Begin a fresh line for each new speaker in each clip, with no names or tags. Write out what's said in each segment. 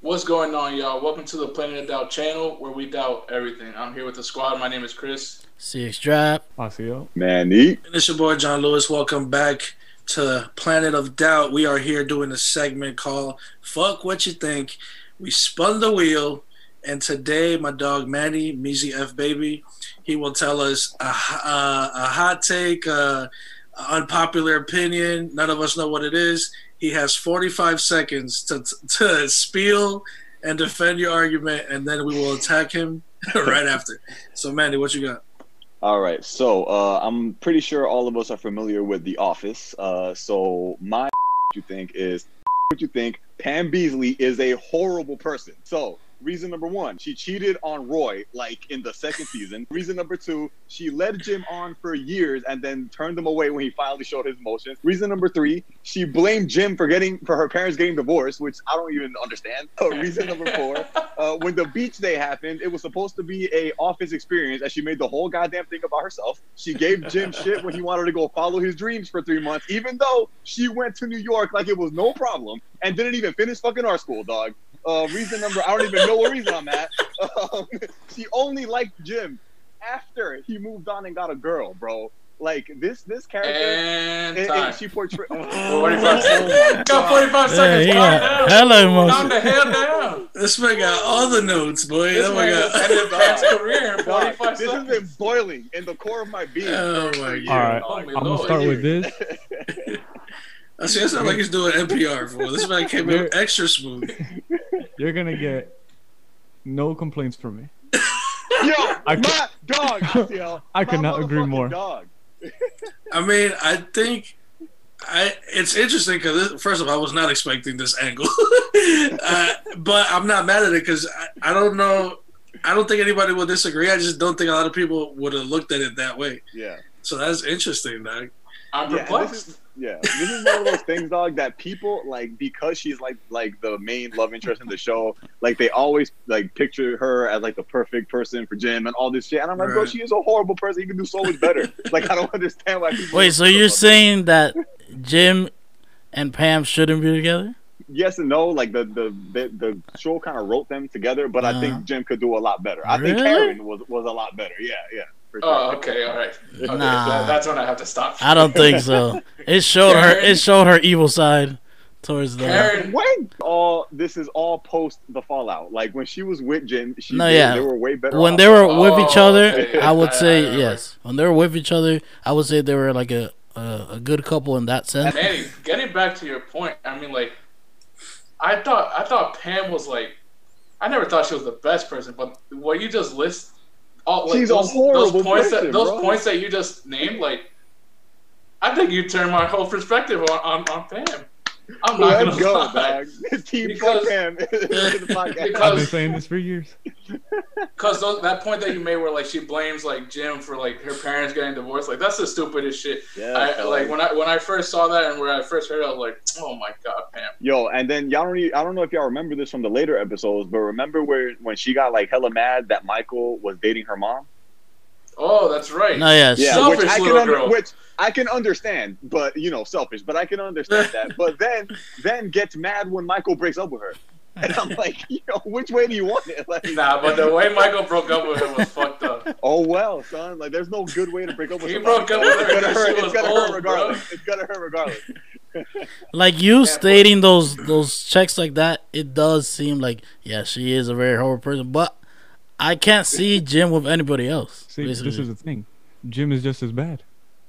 What's going on, y'all? Welcome to the Planet of Doubt channel where we doubt everything. I'm here with the squad. My name is Chris.
Six Drive.
Oxio.
Man, eat.
And it's your boy John Lewis. Welcome back to Planet of Doubt. We are here doing a segment called Fuck What You Think. We spun the wheel, and today my dog Manny, Measy F Baby, he will tell us a, h- uh, a hot take, uh, an unpopular opinion. None of us know what it is. He has 45 seconds to, to spiel and defend your argument, and then we will attack him right after. So, Manny, what you got?
All right, so uh, I'm pretty sure all of us are familiar with The Office. Uh, so my you think is what you think Pam Beasley is a horrible person. So reason number one, she cheated on Roy like in the second season. Reason number two, she led Jim on for years and then turned him away when he finally showed his emotions. Reason number three, she blamed Jim for getting for her parents getting divorced, which I don't even understand. Uh, reason number four, uh, when the beach day happened, it was supposed to be a office experience, and she made the whole goddamn thing about herself. She gave Jim shit when he wanted to go follow his dreams for three months, even though she went to New York like it was no problem and didn't even finish fucking art school, dog. Uh, reason number I don't even know what reason I'm at. Um, she only liked Jim after he moved on and got a girl, bro. Like this, this character.
And
and-
time.
and she portrayed.
45 seconds. Got 45
Yeah,
seconds.
he
Calm
got
down.
hella
Calm
emotion.
the hell down.
This man got all the notes, boy.
This
oh my
man has
god.
had an impact career in
Dog,
45
this has been
seconds.
boiling in the core of my being.
Oh my
All
All
god.
right,
Oh my
I'm gonna
lord.
start with this.
I see that's not like he's doing NPR for. This man came in extra smooth.
You're gonna get no complaints from me.
Yo,
I c-
my dog, yo,
I
my
could not agree
motherfucking
more.
Dog.
I mean, I think I it's interesting because first of all, I was not expecting this angle, uh, but I'm not mad at it because I, I don't know. I don't think anybody will disagree. I just don't think a lot of people would have looked at it that way.
Yeah.
So that's interesting, dog.
I'm
Yeah,
perplexed.
this is, yeah, this is one of those things, dog, that people like because she's like like the main love interest in the show. Like they always like picture her as like the perfect person for Jim and all this shit. And I'm like, bro,
Right.
she is a horrible person. You can do so much better. like I don't understand why. People
Wait, so you're saying that Jim and Pam shouldn't be together?
yes and no? Like the the the, the show kind of wrote them together, but I
Uh-huh.
think Jim could do a lot better. I think
Really?
Karen was was a lot better. Yeah, yeah. For sure.
Oh, okay, all right. Okay,
Nah.
that- that's when I have to stop.
I don't think so. It showed her. It showed her evil side towards the.
Karen,
When all this is all post the fallout, like when she was with Jim, she
No,
did-
yeah.
they were way better.
When
off.
they were with each
Oh,
other,
okay.
I would
I- I
say
remember.
yes. When they were with each other, I would say they were like a a, a good couple in that sense.
Manny, getting back to your point, I mean, like, I thought I thought Pam was like, I never thought she was the best person, but what you just list, all like,
She's a
those,
horrible
those points
person,
that those
bro.
points that you just named, like, I think you turned my whole perspective on on, on Pam. I'm not
Let's
gonna
go,
lie.
dog. Team
Because-
fuck him. The podcast.
because-
I've been saying this for years.
Cause those, that point that you made, where like she blames like Jim for like her parents getting divorced, like that's the stupidest shit.
Yeah,
I,
dog.
like when I when I first saw that and where I first heard, it, I was like, oh my god, Pam.
Yo, and then y'all don't. e- I don't know if y'all remember this from the later episodes, but remember where when she got like hella mad that Michael was dating her mom?
Oh, that's right.
No, yes.
Yeah,
Selfish
which I can
little
under-
girl.
which I can understand, but you know, selfish. But I can understand that. But then, then gets mad when Michael breaks up with her, and I'm like, you know, which way do you want it? Like,
Nah, but the way Michael broke up with her was fucked up.
oh well, son. Like, there's no good way to break up with
He
somebody.
broke up with her
It's gonna
because she
hurt. It's
was
gonna
old,
hurt regardless. It's gonna hurt regardless.
Like you
but-
stating those those checks like that, it does seem like yeah, she is a very horrible person, but I can't see Jim with anybody else.
See,
basically.
this is the thing. Jim is just as bad,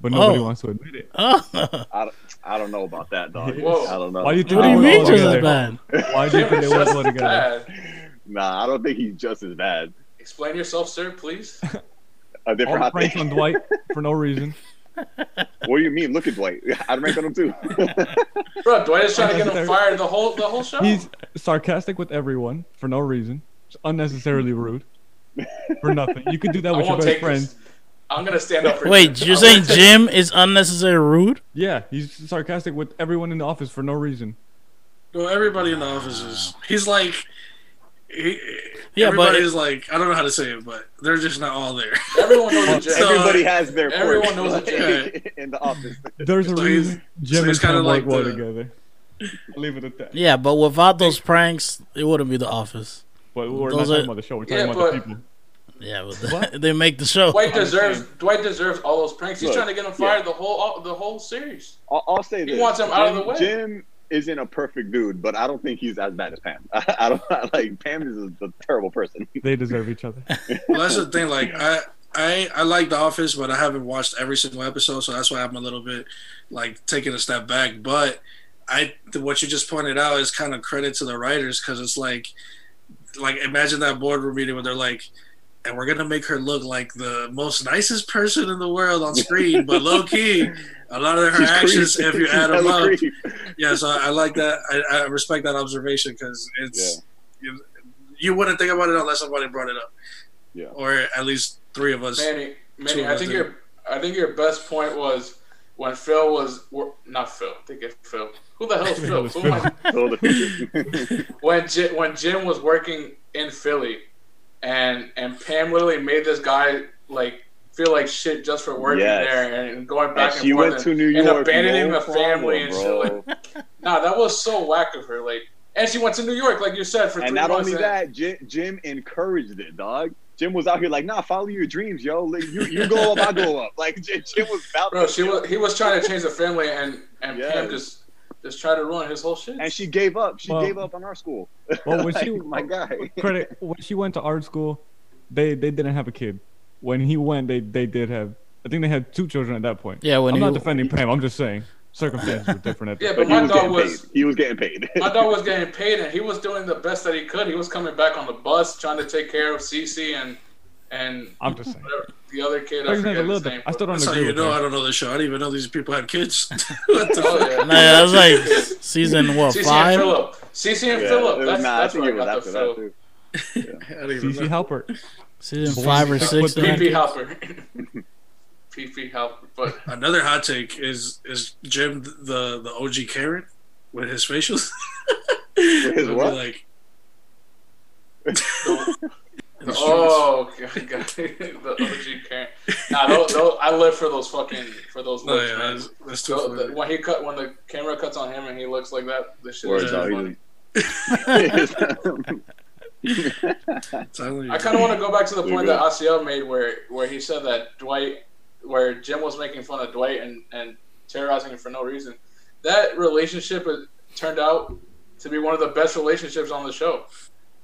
but nobody
Oh.
wants to admit it.
oh,
I, don't- I don't know about that, dog.
Whoa.
I don't know.
Why do you think
what do you
they
mean
work
just
together?
as bad?
Why do you think they work well together?
Bad.
Nah, I don't think he's just as bad.
Explain yourself, sir, please.
A different
All
hot
pranks
take.
on Dwight for no reason.
What do you mean? Look at Dwight. I'd rank on him too.
Bro, Dwight is trying to get him
Unnecessary.
fired the whole the whole show.
He's sarcastic with everyone for no reason. It's unnecessarily rude for nothing. You could do that
I
with your
won't
best
take
friends.
this. I'm gonna stand up for
Wait,
Jim.
you're
I'm
saying
gonna take-
Jim is unnecessarily rude?
Yeah, he's sarcastic with everyone in the office for no reason.
No, everybody in the office is. He's like. He,
Yeah, but-
everybody's like I don't know how to say it, but they're just not all there.
everyone knows a Jim.
Everybody has their quirks,
everyone knows a
like,
Jim.
in the office.
There's a
So he's-
reason Jim
so he's
and Pam
kinda
work
like
well
the-
together. I'll leave it at that.
Yeah, but without those pranks, it wouldn't be The Office.
But we're not
Those
talking
are-
about the show. We're
Yeah,
talking about the
but-
people.
Yeah,
What?
but they make the show.
Dwight
understand.
deserves Dwight deserves all those pranks. He's
Look,
trying to get him fired the whole all, the whole series.
I'll, I'll say
He
this.
wants him out of the way.
Jim isn't a perfect dude, but I don't think he's as bad as Pam. I, don't like Pam is a, a terrible person.
They deserve each other.
Well, that's the thing. Like I, I, I like The Office, but I haven't watched every single episode, so that's why I'm a little bit like taking a step back. But I, th- what you just pointed out is kind of credit to the writers because it's like, like imagine that boardroom meeting where they're like. And we're gonna make her look like the most nicest person in the world on screen, but low key, a lot of her
She's
actions,
creep.
if you
She's
add them
hella
up,
creep.
yeah, so I like that. I, I respect that observation because it's you, you wouldn't think about it unless somebody brought it up.
Yeah.
Or at least three of us.
Manny, Manny,
Two
I think
of them.
your I think your best point was when Phil was wor- not Phil. I think it's Phil. Who the hell is
Who the
Phil?
hell is
Who am
Phil?
I-
So the-
when Jim, when Jim was working in Philly, and and Pam literally made this guy like feel like shit just for working
Yes.
there and going
And
back
she
and forth
went to
and,
New
and
York.
abandoning the
no
family and shit.
problem,
Like,
bro.
nah, that was so whack of her. Like, and she went to New York, like you said, for
And
three
not
months.
only
and-
that, Jim, Jim encouraged it, dog. Jim was out here like, nah, follow your dreams, yo. Like, you, you go up, I go up. Like Jim, Jim was about
bro,
to-
she was he was trying to change the family, and and Pam
Yes.
just just tried to ruin his whole shit.
and she gave up. She
Well-
gave up on our school.
Well, when
Like,
she
Oh my guy.
credit when she went to art school, they they didn't have a kid. When he went, they they did have. I think they had two children at that point.
Yeah, when
I'm
he-
not defending Pam. I'm just saying circumstances were different at
Yeah,
that.
but
But he
my
was
dog
getting
was-
paid. He was getting paid.
My dog was getting paid, and he was doing the best that he could. He was coming back on the bus, trying to take care of Cece and and
I'm just saying.
whatever, the other kid. I
Like,
forget
a little
his
bit.
name.
I still don't
That's how
agree
you
with
know
that.
I don't know the show. I didn't even know these people had kids. what the
Oh,
fuck?
yeah.
Nah, that was like season what
CC and
five?
Philip. CC and
Yeah, it
Philip.
was-
That's,
nah,
that's
I think
where
it
I
was
got
after
the
that
Phil.
too.
I didn't even
CC
know.
Halpert.
Season
Boy,
five or
six
six.
foot
they had
PP
kids.
Hopper. PP Hopper. But
Another hot take is is Jim the the OG Karen with his facials.
With his
I'd be
what?
Like,
oh god, god. the OG Karen. Nah, those, those, I live for those fucking for those
Oh,
No,
looks,
Oh, yeah,
man.
that's, that's too
So, the,
funny.
when he cut when the camera cuts on him and he looks like that, the shit
Words
is
out,
so
he
funny.
I'm telling you.
I kind of want to go back to the
We
point
good.
that Asiel made, where where he said that Dwight, where Jim was making fun of Dwight and and terrorizing him for no reason. That relationship is- turned out to be one of the best relationships on the show.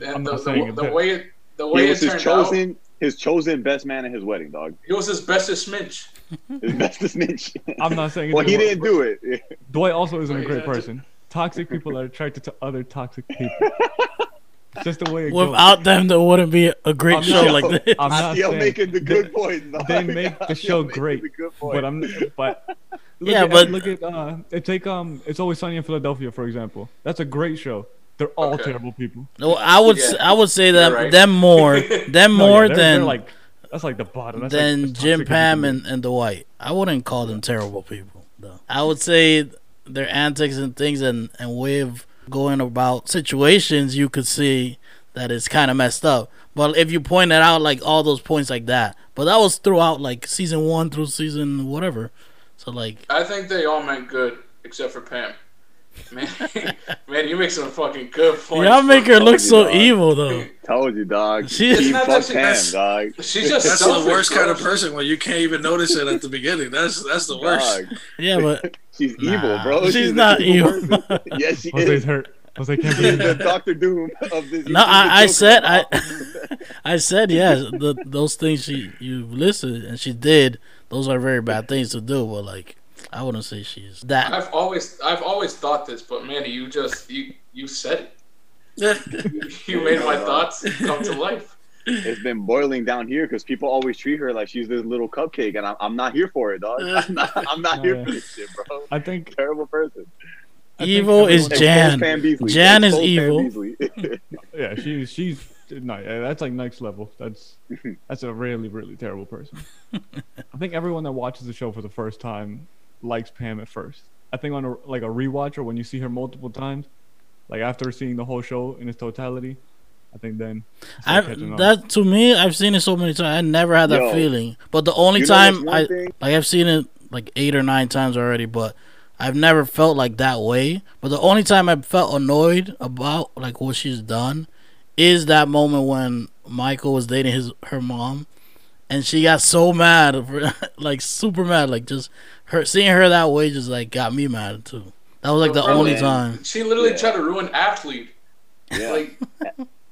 I'm
And the,
not
the,
saying
the
that.
way it- the way
He
it
was
turned
his chosen, his chosen best man at his wedding, dog.
out, he was his bestest smidge.
His best snitch.
I'm not saying.
well,
it's
he
a-
didn't do it.
Dwight also isn't a
Wait,
great
uh,
person. Toxic people are attracted to other toxic people. It's just the way it goes.
Without them, there wouldn't be a great
I'm
show
not-
like this.
I'm not
Still
saying-
making the
they-
good point. Dog.
they make the show
Still making
great,
the good point.
but I'm but look
Yeah,
at,
but-
look at uh take um it's always sunny in Philadelphia for example. That's a great show. They're all
Okay.
terrible people.
No, I would s
Yeah.
I would say that
You're right.
them more them
No, yeah,
more
they're-
than
they're like that's like the bottom. That's like
than
as toxic
Jim
as you
Pam
can
and, and Dwight. I wouldn't call them terrible people though. I would say their antics and things and, and way of going about situations you could see that is kinda messed up. But if you point it out like all those points like that. But that was throughout like season one through season whatever. So like
I think they all meant good except for Pam. Man, man, you make some fucking good
Oh,
points.
Y'all make her look
Told you,
so
dog.
evil though.
Told you, dog.
She- It's
he
not
fucked
that-
him,
that's-
dog.
She's just
That's the
selfish,
worst
bro.
kind of person when you can't even notice it at the beginning. That's that's the worst.
Dog.
Yeah, but
She's
Nah,
evil, bro.
she's
an
not
person. yes, she
do. Jose's
is.
hurt. Jose can't
She's
be
the Doctor Doom of
No,
this. she's the
I, I
Joker
said
of
I,
the
I said yes. The, those things she you listed and she did. Those are very bad things to do. But like, I wouldn't say she's that.
I've always I've always thought this, but Manny, you just you you said it. You made my thoughts come to life.
it's been boiling down here because people always treat her like she's this little cupcake, and I'm, I'm not here for it, dog. I'm not, I'm not
No,
here
yeah.
for this shit, bro.
I think
Terrible person.
I think
Evil is
everyone-
Jan.
Expose Pam Beasley.
Jan is
Expose Pam
evil.
Beasley.
Yeah, she's she's no, yeah, that's like next level. That's that's a really really terrible person. I think everyone that watches the show for the first time likes Pam at first. I think on a, like a rewatch or when you see her multiple times, like after seeing the whole show in its totality, I think then it's
I
like catching on.
that to me, I've seen it so many times. I never had that
Yo,
feeling. But the only
you know what's
time
one
I
thing?
like, I've seen it like eight or nine times already. But I've never felt like that way. But the only time I've felt annoyed about like what she's done is that moment when Michael was dating his her mom, and she got so mad, for, like super mad, like just her seeing her that way just like got me mad too. That was like the
Really?
only time.
She literally
Yeah.
tried to ruin athlete.
Yeah.
Like,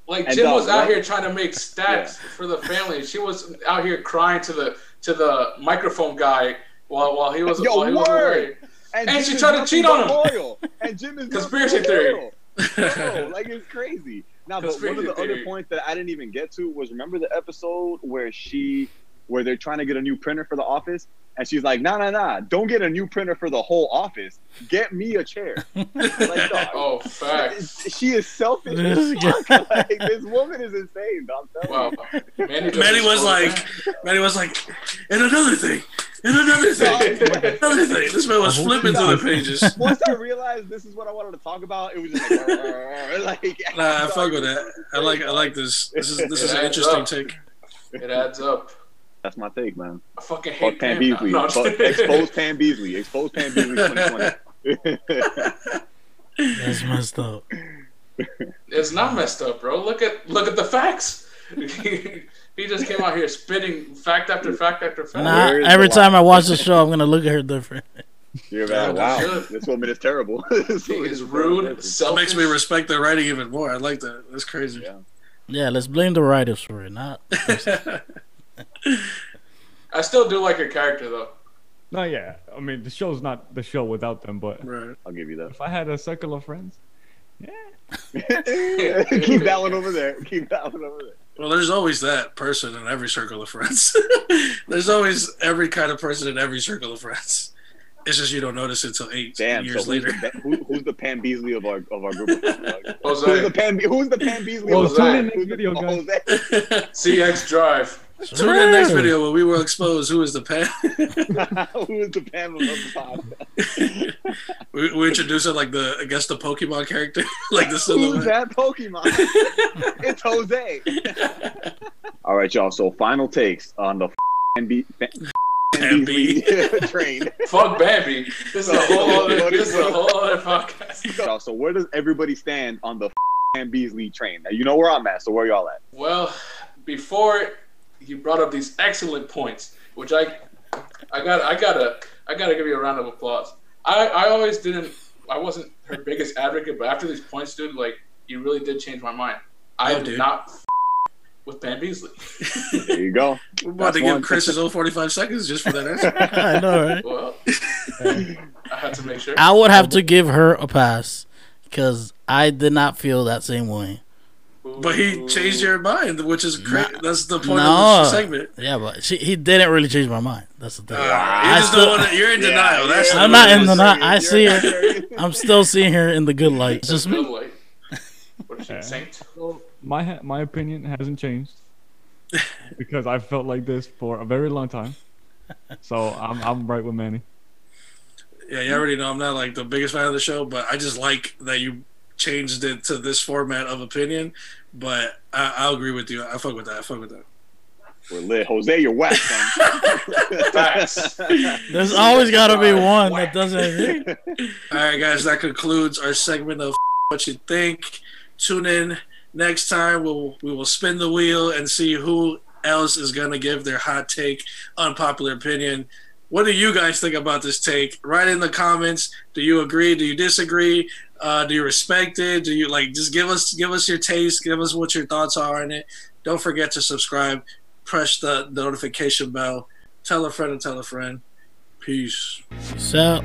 like
And
Jim
dog,
was out
what-
here trying to make stats for the family. She was out here crying to the to the microphone guy while while he was
Yo,
while he was
word!
away.
Jim
And she
is
tried to
nothing
cheat
but
on him.
Loyal. And Jim is
Conspiracy
nothing but
theory.
loyal. Yo, like it's crazy. Now, but one of
Conspiracy
the
theory.
other points that I didn't even get to was remember the episode where she, where they're trying to get a new printer for the office, and she's like, "Nah, nah, nah, don't get a new printer for the whole office. Get me a chair." like, dog,
Oh, facts.
she is selfish. as fuck. like, this woman is insane. Dog. I'm telling
Wow. Manny, just
Manny was
exposed
like,
that.
Manny was like, and another thing, and another thing, another thing. This man was
Oh,
flipping through the pages.
you. Once I realized this is what I wanted to talk about, it was just like, "Arr, arr, arr," like
Nah, I fuck with that. I like, I like this. This is this is an interesting take.
it adds up.
That's my take, man.
I fucking hate
Fuck Pam
Pam.
Beasley.
No, I'm just
Fuck,
kidding.
expose Pam Beasley. Expose Pam Beasley 2020.
That's messed up.
It's not messed up, bro. Look at look at the facts. he just came out here spitting fact after fact after fact.
Nah,
Where is
every
the
time I watch the show, I'm gonna look at her different.
You're
Yeah,
right. wow.
that's good.
This woman is terrible.
He is rude,
That
selfish.
makes me respect their writing even more. I like that. That's crazy.
Yeah.
Yeah, let's blame the writers for it, not
I still do like your character though.
No, yeah. I mean, the show's not the show without them, but
right.
I'll give you
if I had a circle of friends,
that. Keep that one over there. Keep that one over there.
Well, there's always that person in every circle of friends. there's always every kind of person in every circle of friends. It's just you don't notice it until eight
Damn.
years
so
later.
Who's the, who, who's the Pam Beasley of our of our group? Of friends, dog? who's
Jose,
the Pam? Who's the Pam Beasley?
Well,
of
tune
our
in
next
group? Who's the-
video,
oh,
guys.
Jose?
CX Drive.
Tune in next video when we will expose who is the pan.
who is the Pam of the pod?
we, we introduce it like the I guess the Pokemon character, like the
Who's
silhouette.
that Pokemon? it's Jose. All right, y'all. So final takes on the Pam Be- Pam
Pam
Beasley train.
Fuck Bambi. This is a whole other this is a whole other podcast.
Y'all, So where does everybody stand on the Pam Beasley train? Now, you know where I'm at. So where y'all at?
Well, before you brought up these excellent points, which I, I got, I gotta, I gotta give you a round of applause. I, I always didn't, I wasn't her biggest advocate, but after these points, dude, like you really did change my mind. I
Oh,
am
dude.
not f- with Pam Beasley.
There you go.
We're about
That's
to give
one.
Chris his own 45 seconds just for that answer.
I know, right?
Well, I had to make sure.
I would have to give her a pass because I did not feel that same way.
But he changed your mind, which is great. That's the point
No.
of this segment.
Yeah, but she, he didn't really change my mind. That's the thing.
You're,
I
Uh, just the
still-
one that- you're in denial. That's the
I'm not in
one.
denial. I see
You're-
it. I'm still seeing her in the good light. It's just me.
Like, what is she,
Yeah.
Saint?
my ha- my opinion hasn't changed because I've felt like this for a very long time. So I'm I'm right with Manny.
Yeah, you already know I'm not like the biggest fan of the show, but I just like that you changed it to this format of opinion. But I, I'll agree with you. I fuck with that. I fuck with that.
We're lit. Jose, you're whack, son.
Facts.
There's always got to be one that doesn't agree.
All right, guys, that concludes our segment of what you think. Tune in next time. We'll we will spin the wheel and see who else is gonna give their hot take, unpopular opinion. What do you guys think about this take? Write in the comments. Do you agree? Do you disagree? Uh, do you respect it? Do you like? Just give us give us your taste. Give us what your thoughts are on it. Don't forget to subscribe. Press the notification bell. Tell a friend and tell a friend. Peace.
So.